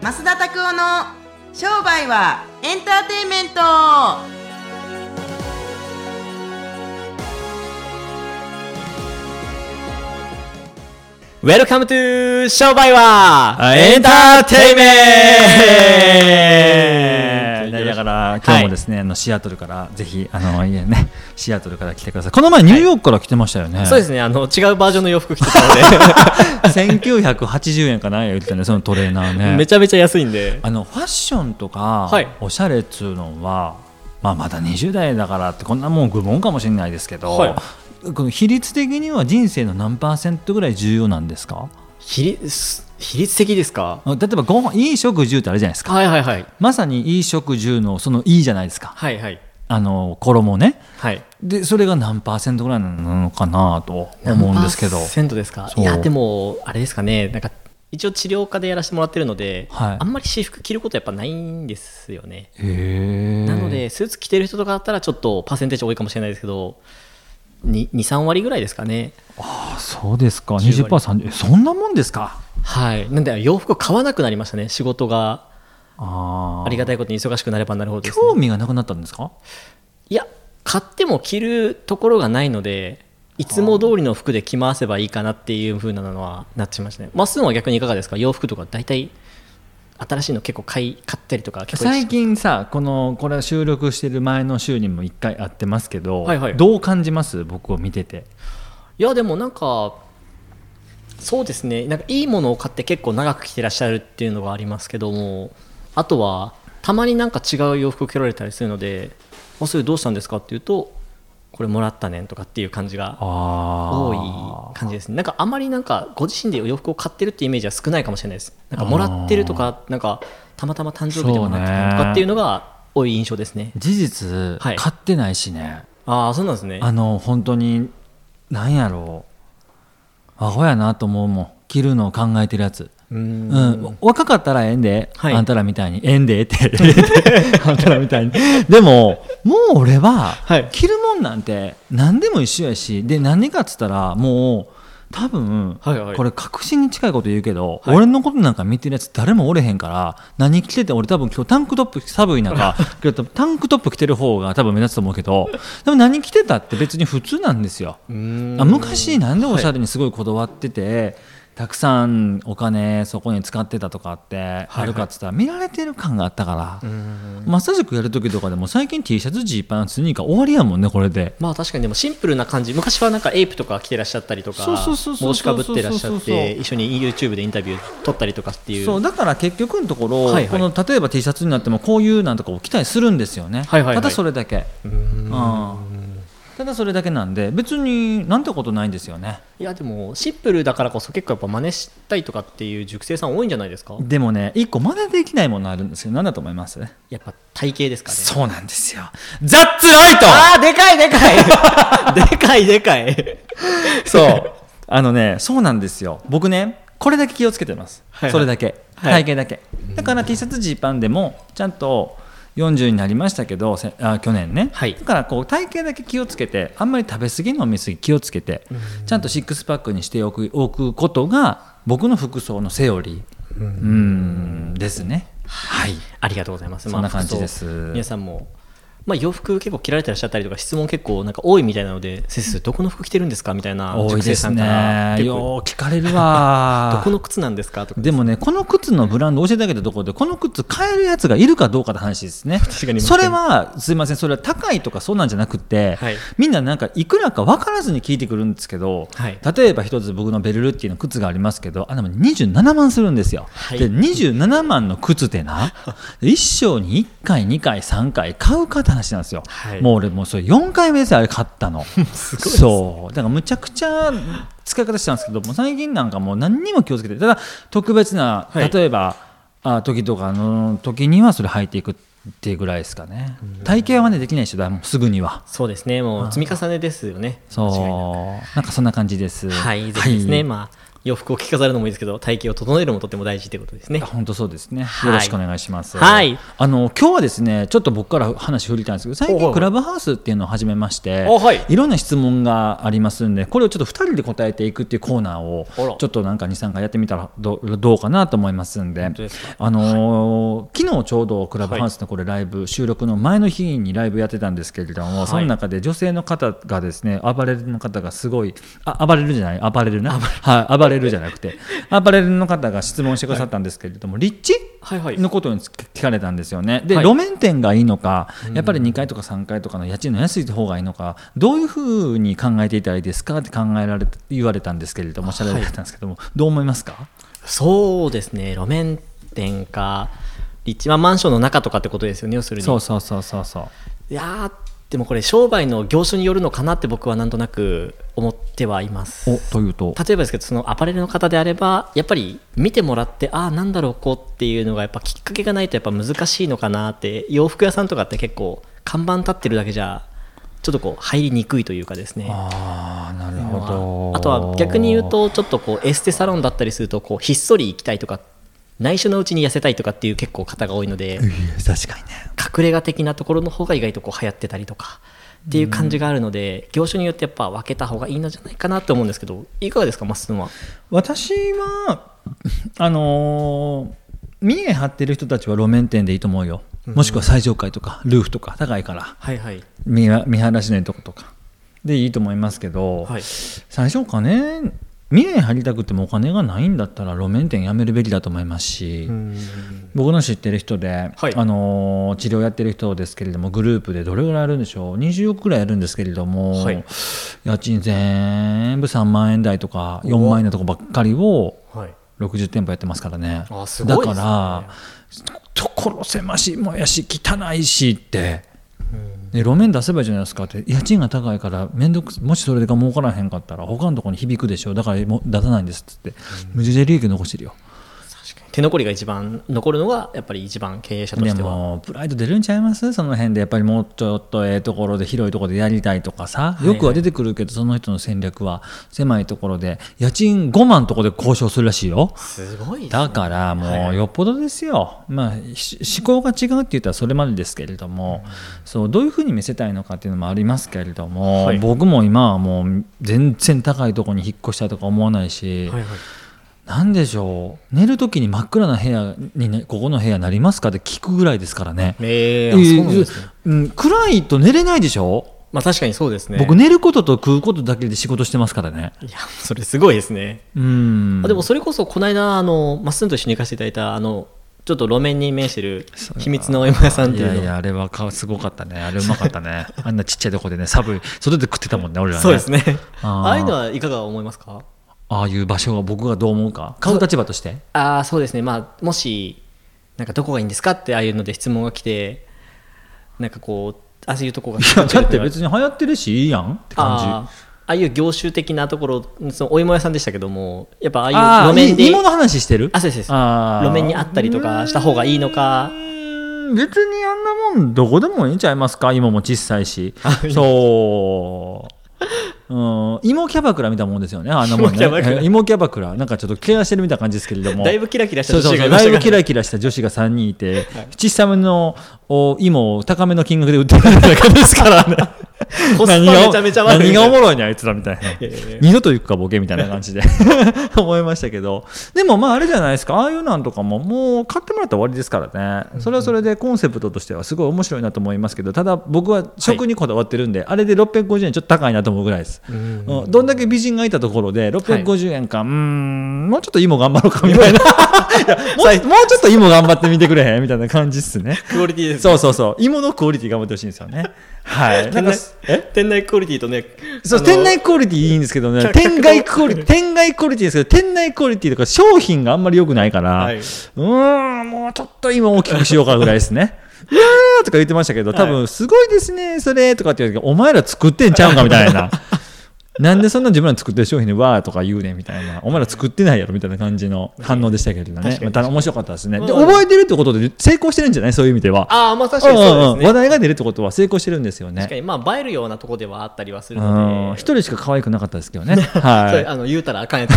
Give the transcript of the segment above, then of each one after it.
増田拓夫の商売はエンターテインメントウェルカムトゥー商売はエンターテイメンよトろしだくから今日もですね、あのシアトルからぜひあのいえねシアトルから来てくださいこの前ニューヨークから来てましたよね、 そうですね、あの違うバージョンの洋服着てたの1980円かな言ってたねそのトレーナーで、ねめちゃめちゃ安いんで、あのファッションとか、はいおしゃれっつうのは、まあ、まだ20代だからってこんなもん愚問かもしれないですけど、はこの比率的には人生の何パーセントぐらい重要なんですか比率比率的ですか例えばご飯いい食住ってあるじゃないですかはいはいはい。まさにいい食住のそのいいじゃないですかはいはい。あの衣ねはい。でそれが何パーセントぐらいなのかなと思うんですけど何パーセントですかそういや、でも、あれですかね、なんか、一応治療科でやらせてもらってるので、はいあんまり私服着ることやっぱないんですよね。へえなので、スーツ着てる人とかだったら、ちょっとパーセンテージ多いかもしれないですけど、2、3割ぐらいですかね。あそうですか10割 20%30 そんなもんですかはい。なんで、洋服を買わなくなりましたね、仕事が。あーありがたいことに忙しくなればなるほどです、ね興。味がなくなったんですかいや、買っても着るところがないので、いつも通りの服で着回せばいいかなっていう風なのはなってしましたね。まっすーは逆にいかがですか洋服とか大体新しいの結構買い買ったりとか結構最近さこのこれ収録してる前の週にも1回会ってますけど、はいはいどう感じます僕を見てていやでもなんかそうですねなんかいいものを買って結構長く着てらっしゃるっていうのがありますけどもあとはたまになんか違う洋服を着られたりするので「あそれどうしたんですか?」っていうと「これもらったねん」とかっていう感じが多あい感じですねなんかあまりなんかご自身でお洋服を買ってるっていうイメージは少ないかもしれないですなんかもらってるとかなんかたまたま誕生日でもらってたとかっていうのが多い印象ですね事実、はい買ってないしねああそうなんですねあの本当に何やろうアホやなと思うもん着るのを考えてるやつううんん、 若かったらええんで、はいあんたらみたいにええんでって あんたらみたいにでももう俺は、はい着るもんなんて何でも一緒やしで何かっつったらもう多分、はいはいこれ確信に近いこと言うけど、はい俺のことなんか見てるやつ誰もおれへんから何着てて俺多分今日タンクトップ寒い中 けどタンクトップ着てる方が多分目立つと思うけどでも何着てたって別に普通なんですよ。うんあ昔なんでおしゃれにすごいこだわってて、たくさんお金そこに使ってたとかってあるかっつったら見られてる感があったから、マッサージクやる時とかでも最近 T シャツジーパンスニーカー終わりやもんねこれで。まあ確かにでもシンプルな感じ昔はなんかエイプとか着てらっしゃったりとかそうそうそうそう帽子かぶってらっしゃそうっそうそうて一緒に YouTube でインタビュー撮ったりとかっていうそうだから結局のところ、はいはいこの例えば T シャツになってもこういうなんとかを着たりするんですよね、はいはいはいただそれだけううんんただそれだけなんで別になんてことないんですよねいやでもシンプルだからこそ結構やっぱ真似したりとかっていう熟成さん多いんじゃないですかでもね一個真似できないものあるんですけど何だと思いますやっぱ体型ですかねそうなんですよザッツライトあーでかいでかいでかいでかいそう。あのね、そうなんですよ。僕ね、これだけ気をつけてます。はいはいそれだけ。はい体型だけ。だから T シャツジーパンでも、ちゃんと40になりましたけど、せあ去年ね。はいだからこう体型だけ気をつけて、あんまり食べ過ぎ、飲み過ぎ気をつけて、ちゃんとシックスパックにしておくおくことが、僕の服装のセオリー。うん、ですね。はい。ありがとうございますそんな感じですまあ服装皆さんもまあ洋服結構着られてらっしゃったりとか質問結構なんか多いみたいなので「先生どこの服着てるんですか?」みたいな多い熟で成すさんからね。結構よう聞かれる わ。どこの靴なんですかとか。でもね、この靴のブランド教えてあげたところで、この靴買えるやつがいるかどうかって話ですね。確かにそれは、すいません、それは高いとかそうなんじゃなくて、はいみんななんかいくらか分からずに聞いてくるんですけど、はい例えば一つ僕のベルルっていうの靴がありますけど、あでも27万するんですよ。はいで、27万の靴って な、一生に1回、2回、3回買うかって話なんですよ。はいもう俺、もうそれ4回目ですよ、あれ買った の。すごいですそうだからむちゃくちゃ使い方してたんですけどもう最近なんかもう何にも気をつけてただ特別なはい例えば、あ時とかの時にはそれ履いていくっていうぐらいですかね体型はねできない人だもうすぐにはそうですね、もう積み重ねですよね。間違いなそうなんかそんな感じですくはい、ぜひですね、はいまあ、洋服を着飾るのもいいですけど体型を整えるのもとても大事ということですね本当そうですね、はいよろしくお願いします、はいあの今日はですねちょっと僕から話振りたいんですけど最おうお近うクラブハウスっていうのを始めまして、あはいろんな質問がありますんでこれをちょっと2人で答えていくっていうコーナーをあらちょっとなんか23回やってみたらどうどうかなと思いますんで当ですかあのー昨日ちょうどクラブハウスのこれライブ、収録の前の日にライブやってたんですけれども、はいその中で女性の方がですね暴れるの方がすごいあ暴れるじゃない暴 れるなはい、暴れるじゃなくて暴れるの方が質問してくださったんですけれども立地はいはいのことにつ聞かれたんですよね。で、はい路面店がいいのか、やっぱり2階とか3階とかの家賃の安い方がいいのか、どういうふうに考えていたらいいですかって考えられた言われたんですけれども、おっしゃられたんですけども、どう思いますかそうですね路面店か立地はマンションの中とかってことですよね要するにそうそうそうそうそう。いやーでもこれ商売の業種によるのかなって僕はなんとなく思ってはいますおというと、例えばですけどそのアパレルの方であればやっぱり見てもらってああなんだろうこうっていうのがやっぱきっかけがないとやっぱ難しいのかなって洋服屋さんとかって結構看板立ってるだけじゃちょっとこう入りにくいというかですねああなるまほどああとは逆に言うとちょっとこうエステサロンだったりするとこうひっそり行きたいとか内緒のうちに痩せたいとかっていう結構方が多いのでいや確かにね隠れ家的なところの方が意外とこう流行ってたりとかっていう感じがあるので業種によってやっぱ分けた方がいいのじゃないかなと思うんですけどいかがですかマスンは。私はあのー見え張ってる人たちは路面店でいいと思うよもしくは最上階とかルーフとか高いからはいはい見わ見晴らしのいいとことかでいいと思いますけど、はい最初お金見え張りたくてもお金がないんだったら路面店やめるべきだと思いますし、僕の知ってる人で、はいあのー治療やってる人ですけれどもグループでどれぐらいあるんでしょう20億くらいあるんですけれども、はい家賃全部3万円台とか4万円のとこばっかりをはい60店舗やってますからねあすごいですねだから所狭しもやし汚いしって。で路面出せばいいじゃないですかって家賃が高いから面倒くさもしそれが儲からへんかったら他のところに響くでしょだからもう出さないんですってって無事で利益残してるよ手残りが一番残るのがやっぱり一番経営者とでしては。もプライド出るんちゃいますその辺でやっぱりもうちょっとええところで広いところでやりたいとかさいはよいくは出てくるけどその人の戦略は狭いところで家賃5万のところで交渉するらしいよすごいですねだからもはういよっぽどですよ、まあ、し思考が違うって言ったらそれまでですけれども、そうどういうふうに見せたいのかっていうのもありますけれども、はい僕も今はもう全然高いところに引っ越したいとか思わないし、はいはいなんでしょう寝る時に真っ暗な部屋に、ね、ここの部屋なりますかって聞くぐらいですからね。ええーあそうなんですねーうん暗いと寝れないでしょ、まあ確かにそうですね。僕寝ることと食うことだけで仕事してますからね。いやそれすごいですね。うんあでもそれこそこの間あのマッスンと一緒に行かせていただいたあのちょっと路面に面してる秘密のお芋屋さんっていうのいやいやあれはかすごかったねあれうまかったね あんなちっちゃいとこでね寒い外で食ってたもんね俺らねそうですねああーあいうのはいかが思いますかああいう場所は僕がどう思うか買う立場としてああそうですねまあもしなんかどこがいいんですかってああいうので質問が来てなんかこうああいうとこがいやだって別に流行ってるしいいやんって感あじーああいう業種的なところそのお芋屋さんでしたけどもやっぱあああいうあ路面でい芋の話してるあそうですそうですあー路面にあったりとかした方がいいのかうーん別にあんなもんどこでもいいんちゃいますか芋も小さいしそう、うん、芋キャバクラみたいなもんですよねあんなもん芋ねキャバクラえ芋キャバクラなんかちょっとケアしてるみたいな感じですけれどもだいぶキラキラしたそう女そ子うがそいうましただいぶがキラキラした女子が3人いて、小さめのお芋を高めの金額で売ってるだけですからね コスパめちゃめちゃ悪い何がおもろいねあいつらみたいなやいやいや二度と行くかボケみたいな感じで 思いましたけどでもまああれじゃないですかああいうなんとかももう買ってもらったら終わりですからねそれはそれでコンセプトとしてはすごい面白いなと思いますけどただ僕は食にこだわってるんで、あれで650円ちょっと高いなと思うぐらいです、うんどんだけ美人がいたところで650円か、うーんもうちょっと芋頑張ろうかみたいないやもうもうちょっと芋頑張ってみてくれへんみたいな感じっす ねクオリティですねそうそうそう芋のクオリティ頑張ってほしいんですよねはい店なんか内店内クオリティとねそうあの店内クオリティいいんですけどね、客店外クオリティ、店外クオリティですけど、店内クオリティとか商品があんまり良くないから、はいうーん、もうちょっと今大きくしようかぐらいで すね。うわーとか言ってましたけど、多は 分すごいですね、それとかって言うけど、お前ら作ってんちゃうんかみたいな。なんでそんな自分ら作ってる商品でわーとか言うねんみたいなお前ら作ってないやろみたいな感じの反応でしたけどね確かにまた面白かったですね、でうん覚えてるってことで成功してるんじゃないそういう意味ではああ、まあ確かにそううんうんでうすん話ね。題が出るってことは成功してるんですよ確かねに、まあ映えるようなとこではあったりはするうんの一で、人しか可愛くなかったですけど ねそれはあの言うたらあかんやつ。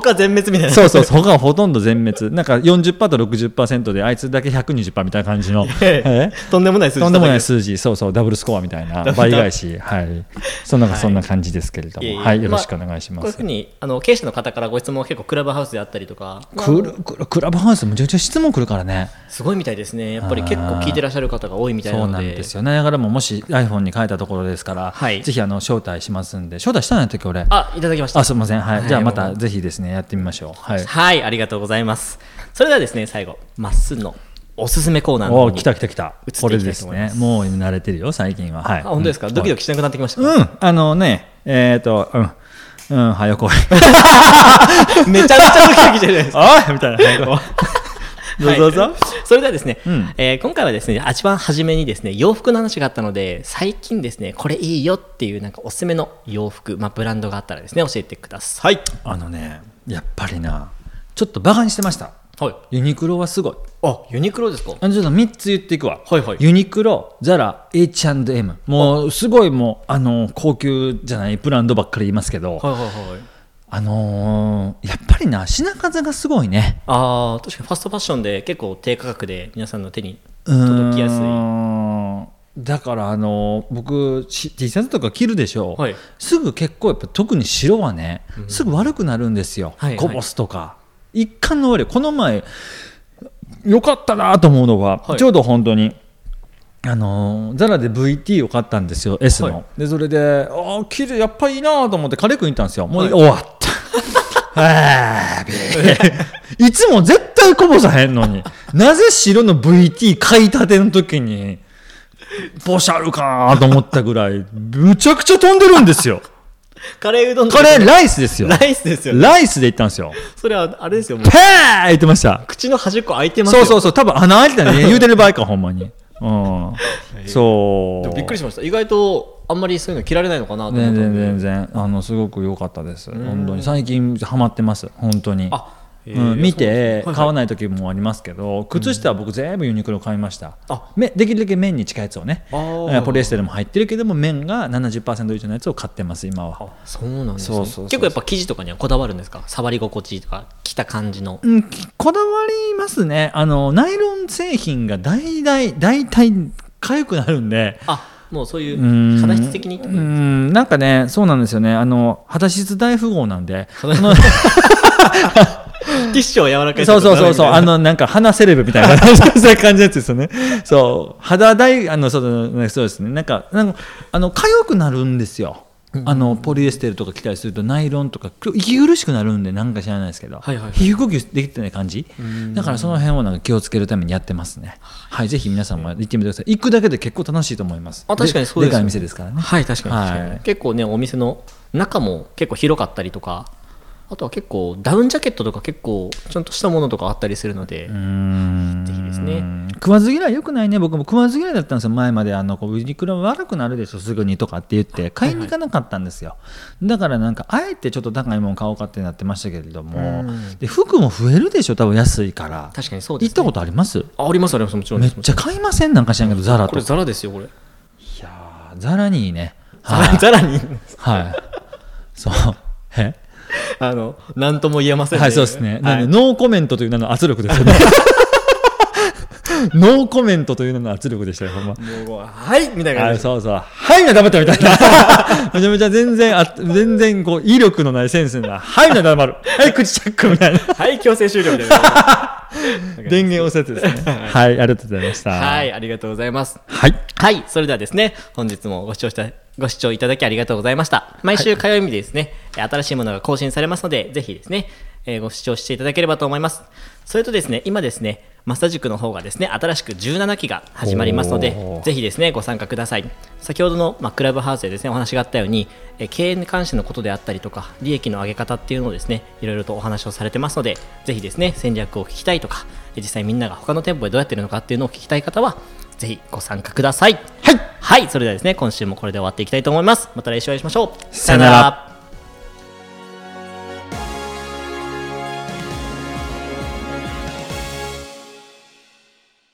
他全滅みたいいな。そうそうそう他はほとんど全滅なんか40%と60%であいつだけ120%みたいな感じのえとんでもない数字とんでもない数字そうそうダブルスコアみたいな倍返しはいそんな、そんな感じですけれどいえいえもはいよろしくお願いしまこういうすふう、にあの経営者の方からご質問は結構クラブハウスであったりとか、くるくるクラブハウスむちゃくちゃ質問来るからねすごいみたいですね。やっぱり結構聞いてらっしゃる方が多いみたいなそうのなんで。ですよねだからもうもし iPhone に書いたところですから、はいぜひあの招待しますんで招待したんやったっけ俺ああ、いただきました。すいません、はいはいじゃあまもたうぜひですねやってみましょうはいはい、ありがとうございます。それではですね、最後、まっすーのおすすめコーナーのお方おに来た来た来た移っていきたいとこ思いれますですねもう慣れてるよ最近ははいあ、本当ですか、うんドキドキしなくなってきました。うんあのねえっ、とうんうんはよ来いめちゃめちゃドキドキしてるじゃないですか。 おいみたいな早来い どうぞどうぞ、はいそれではですね、うんえー今回はですね、あ一番初めにですね、洋服の話があったので、最近ですね、これいいよっていうなんかおすすめの洋服、まあブランドがあったらですね、教えてください。あのねやっぱりなちょっとバカにしてましたはい。ユニクロはすごいあ、ユニクロですか。あのちょっと3つ言っていくわ、はいはいユニクロ、ザラ、H&M、もうすごいもうあの高級じゃないブランドばっかり言いますけど、はいはいはい。あのーやっぱりな、品数がすごいね。ああ、確かにファストファッションで結構低価格で皆さんの手にうーん届きやすい。だから、あのー僕、し T シャツとか着るでしょ、はいすぐ結構やっぱ、特に白はね、すぐ悪くなるんですよ、はいはいこぼすとか。一貫の悪い、この前、よかったなと思うのは、はいちょうど本当に。あのーザラで VT を買ったんですよ S の、はいでそれでああ綺麗やっぱいいなと思ってカレー君行ったんですよもう、はい終わった あーびーいつも絶対こぼさへんのになぜ白の VT 買いたての時にポシャるかなと思ったぐらいむちゃくちゃ飛んでるんですよカレーうどんとカレーライスですよライスですよね。ライスで行ったんですよそれはあれですよ、もうペー言ってました口の端っこ開いてますそよ。うそうそう、多分穴開いてたね。言うてる場合か、ほんまに。うん。そでう。もびっくりしました。意外とあんまりそういうの着られないのかなと思った全んで。然全然あのすごく良かったです本当に最近ハマってます本当にあへえうん、見てそうなんですねはいはい買わない時もありますけど靴下は僕全部ユニクロ買いましたあめできるだけ綿に近いやつをねあーえポリエステルも入ってるけども綿が70%以上のやつを買ってます今はあそうなんですねそうそうそう結構やっぱ生地とかにはこだわるんですか触り心地とか着た感じのうん、きこだわりますねあのナイロン製品が大体大体痒くなるんであもうそういううーん肌質的にってうことですんなんかねそうなんですよねあの肌質大富豪なんで肌質あのティッシュを柔らかいそうそうそうそう、あのの、なんか鼻セレブみ たいな、そういう感じのやつですよね。そう、肌大、あの、そう、ねそうですね、なんか、なんか、あの、かゆくなるんですよ。あのポリエステルとか着たりするとナイロンとか息苦しくなるんでなんか知らないですけど、はいはいはい皮膚呼吸できてない感じだからその辺をなんか気をつけるためにやってますねはいぜひ皆さんも行ってみてください行くだけで結構楽しいと思いますあ確かにそうですよねでかい店ですからねはい確かに確かに、はい結構ねお店の中も結構広かったりとかあとは結構ダウンジャケットとか結構ちゃんとしたものとかあったりするので、ぜぜひですね食わず嫌いよくないね僕も食わず嫌いだったんですよ前まであのこうユニクロ悪くなるでしょすぐにとかって言って買いに行かなかったんですよ、だからなんかあえてちょっと高いもの買おうかってなってましたけれどもで服も増えるでしょ多分安いから確かにそうで行す、っね、たことありますあありますありますもちろんめでっすちゃ買いませんなんか知らんけどザラことれいザラですよこれやーザラにいいねザはラいザラにはいそうえあの何とも言えませんはい、そうですね。なはんいで、ノーコメントという名の圧力で すよね。ノーコメントという名の圧力でしたよ、ほんま。もうはいみたいなあ感じでそうそう。はいな、黙ってみたいな。めちゃめちゃ全然、あ全然、こう、威力のないセンスな、はいな、黙る。はい、口チャックみ たいな。はい強制終了みたいな電源押せてですね。はい、ありがとうございました。はいありがとうございますはい。はい、それではですね、本日もご視聴した、ご視聴いただきありがとうございました。毎週火曜日ですね、新しいものが更新されますので、ぜひですね、えーご視聴していただければと思います。それとですね、今ですね、マスタ塾の方がですね、新しく17期が始まりますのおで、ーぜひですね、ご参加ください。先ほどの、まあ、クラブハウスでですね、お話があったように、えー経営に関してのことであったりとか、利益の上げ方っていうのをですね、いろいろとお話をされてますので、ぜひですね、戦略を聞きたいとか、えー実際みんなが他の店舗でどうやってるのかっていうのを聞きたい方は、ぜひご参加くださいはい、それではですね今週もこれで終わっていきたいと思いますまた来週お会いしましょうさよなら